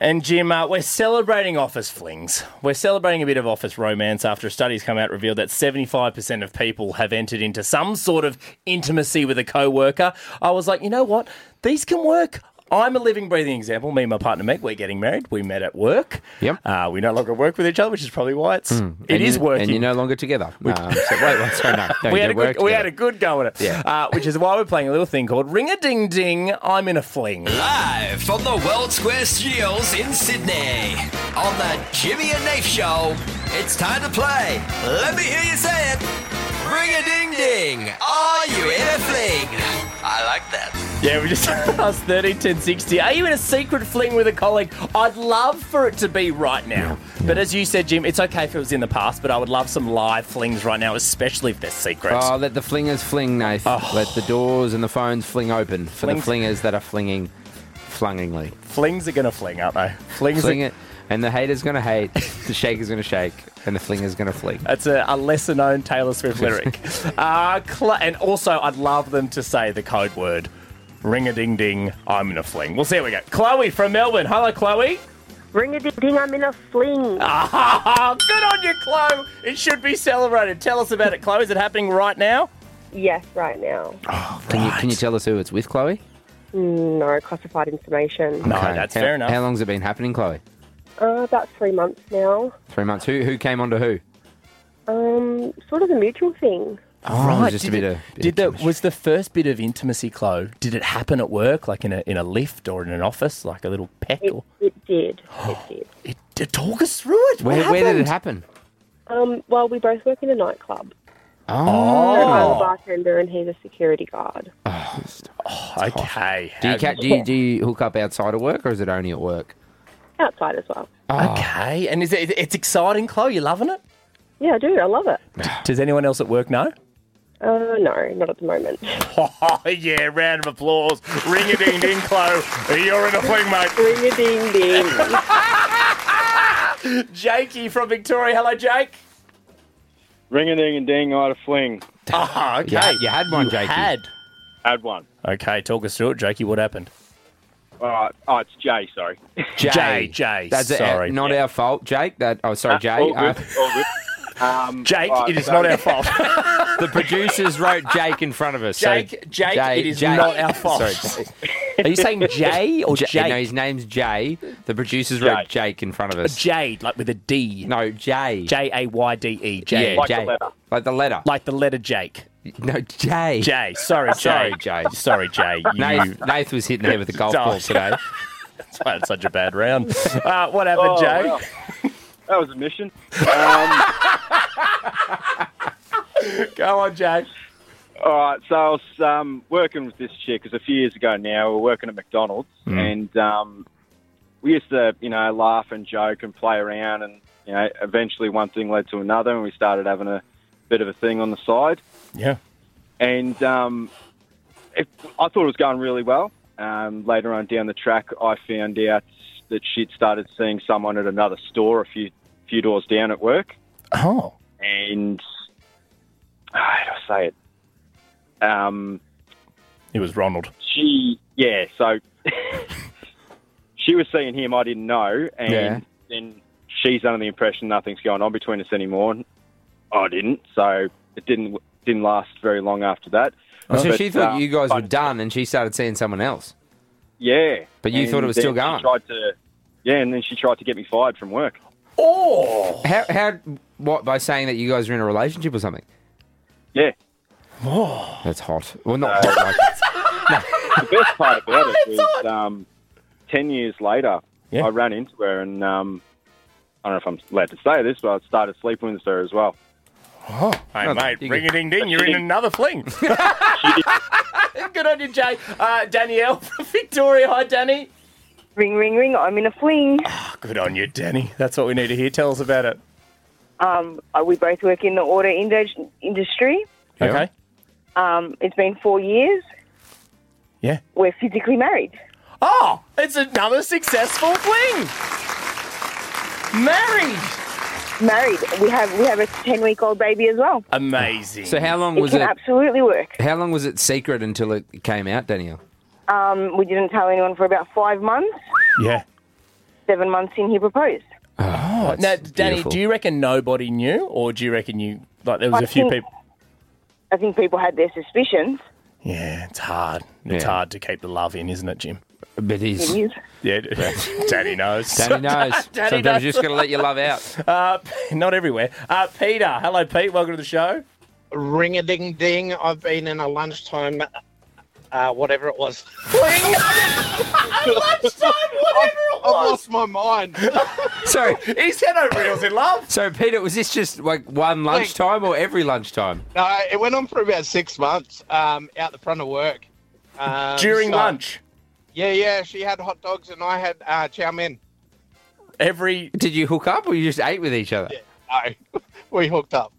And Jim, uh, we're celebrating office flings. We're celebrating a bit of office romance after a study's come out revealed that 75% of people have entered into some sort of intimacy with a coworker. I was like, you know what? These can work. I'm a living, breathing example. Me and my partner Meg, we're getting married. We met at work. Yep. Hmm. Uh, we no longer work with each other, which is probably why it's it And is you- working. And you're no longer together. Um, so, wait, wait, sorry, no. no we you had a work good, we had a together. good go at it. Yeah. Uh, which is why we're playing a little thing called Ring a Ding Ding. I'm in a fling. Live from the World Square Studios in Sydney, on the Jimmy and Nath Show, it's time to play. Let me hear you say it. Ring a ding ding. Are you in a fling? I like that. Yeah, we just passed 30, 10, 60. Are you in a secret fling with a colleague? I'd love for it to be right now. But as you said, Jim, it's okay if it was in the past, but I would love some live flings right now, especially if they're secret. Oh, let the flingers fling, Nath. Let the doors and the phones fling open for the Oh. Flings. flingers that are flinging flungingly. flings are going to fling, aren't they? Flings Fling are, it. And the hater's going to hate, the shaker's going to shake, and the flinger's going to fling. That's a, a lesser known Taylor Swift lyric. uh, cl- and also, I'd love them to say the code word ring a ding ding, I'm in a fling. We'll see how we go. Chloe from Melbourne. Hello, Chloe. Ring a ding ding, I'm in a fling. Ah, good on you, Chloe. It should be celebrated. Tell us about it, Chloe. Is it happening right now? yes, right now. Can, you, can you tell us who it's with, Chloe? No classified information. No, Okay. Oh, that's How- fair enough. How long's it been happening, Chloe? Uh, about three months now. Three months. Who who came onto who? Um, sort of a mutual thing. Oh, Right, just a did bit it- of. bit did of the, chemistry. was the first bit of intimacy, Chloe? Did it happen at work, like in a in a lift or in an office, like a little peck? It, Or, it did. It did. it, it- talk us through it. What where, where did it happened? happen? Um, well, we both work in a nightclub. Oh, So I'm a bartender and he's a security guard. Okay. do you, have- ca- do you do you hook up outside of work or is it only at work? Outside as well. Ah. Okay. And is it? It's exciting, Chloe. You loving it? Yeah, I do. I love it. Does anyone else at work know? Uh, no, not at the moment. Oh yeah! Round of applause. Ring a ding ding, Chloe. You're in a fling, mate. Ring a ding ding. Jakey from Victoria. Hello, Jake. Ring a ding and ding, I had a fling. Ah, okay. Yeah, you had one, You Jakey. Had. Had one. Okay, talk us through it, Jakey. What happened? All right. Oh, it's Jay, sorry. Jay, Jay, That's it, sorry. not our fault, Jake. That oh, sorry, Jay. All Uh, good. All good. Um, Jake, all right, it is so- not our fault. the producers wrote Jake in front of us. so- Jake, Jake, Jay- it is Jay- not our fault. Sorry, Are you saying Jay or J- Jake? No, his name's Jay. The producers wrote Jake. Jake in front of us. Jade, like with a D. No, Jay. J A Y D E. Jay. Yeah, Like the Jay. letter. Like the letter. Like the letter Jake. no, Jay. Jay. Sorry, Jay. Sorry, Jay. Sorry, Jay. You, Nath, Nath was hitting there with a golf Sorry. ball today. That's why it's such a bad round. Uh, what happened, Oh, Jay? wow. That was a mission. Um, Go on, Jay. All right, so I was um, working with this chick because a few years ago now we were working at McDonald's, and um, we used to, you know, laugh and joke and play around, and you know, eventually one thing led to another, and we started having a bit of a thing on the side, Yeah. and um, it, I thought it was going really well. Um, later on down the track, I found out that she'd started seeing someone at another store a few few doors down at work, Oh. and ah, how do I say it? Um, It was Ronald. she, yeah, so she was seeing him, I didn't know, and Yeah. then she's under the impression nothing's going on between us anymore. And I didn't, so it didn't didn't last very long after that. so But, she thought um, you guys were but- done, and she started seeing someone else. Yeah, But you And thought it was then still she going. Tried to, yeah, and then she tried to get me fired from work. Oh. How? How? What? By saying that you guys are in a relationship or something? Yeah, That's hot. Well, not hot. Like, the best part about it was um, ten years later, Yeah. I ran into her, and um, I don't know if I'm allowed to say this, but I started sleeping with her as well. Hey, No, mate, you ring a ding ding. You're in another fling. Good on you, Jay. Uh, Danielle from Victoria. Hi, Danny. Ah, ring, ring, ring, I'm in a fling. Good on you, Danny. That's what we need to hear. Tell us about it. Um, uh, we both work in the auto indu- industry. Yeah. Okay. Um, it's been four years. Yeah. We're physically married. Oh, it's another successful fling. Married. Married. We have we have a ten week old baby as well. Amazing. so how long It was can it? absolutely work. How long was it secret until it came out, Danielle? Um, we didn't tell anyone for about five months. Yeah. seven months in, he proposed. Oh, now, Danny, beautiful. do you reckon nobody knew, or do you reckon you like there was I a few think- people? I think people had their suspicions. Yeah, it's hard. It's Yeah. hard to keep the love in, isn't it, Jim? But he's. It is. Yeah, Danny knows. Danny knows. Danny Sometimes knows. you just got to let your love out. Uh, not everywhere. Uh, Peter, hello, Pete. Welcome to the show. Ring a ding ding. I've been in a lunchtime, uh, whatever it was. I've lost my mind. So, He said nobody was in love. so Peter, was this just like one lunchtime or every lunchtime? No, it went on for about six months um, out the front of work. Um, During so- lunch, Yeah, yeah. She had hot dogs and I had uh, chow mein. every Did you hook up or you just ate with each other? No, we hooked up.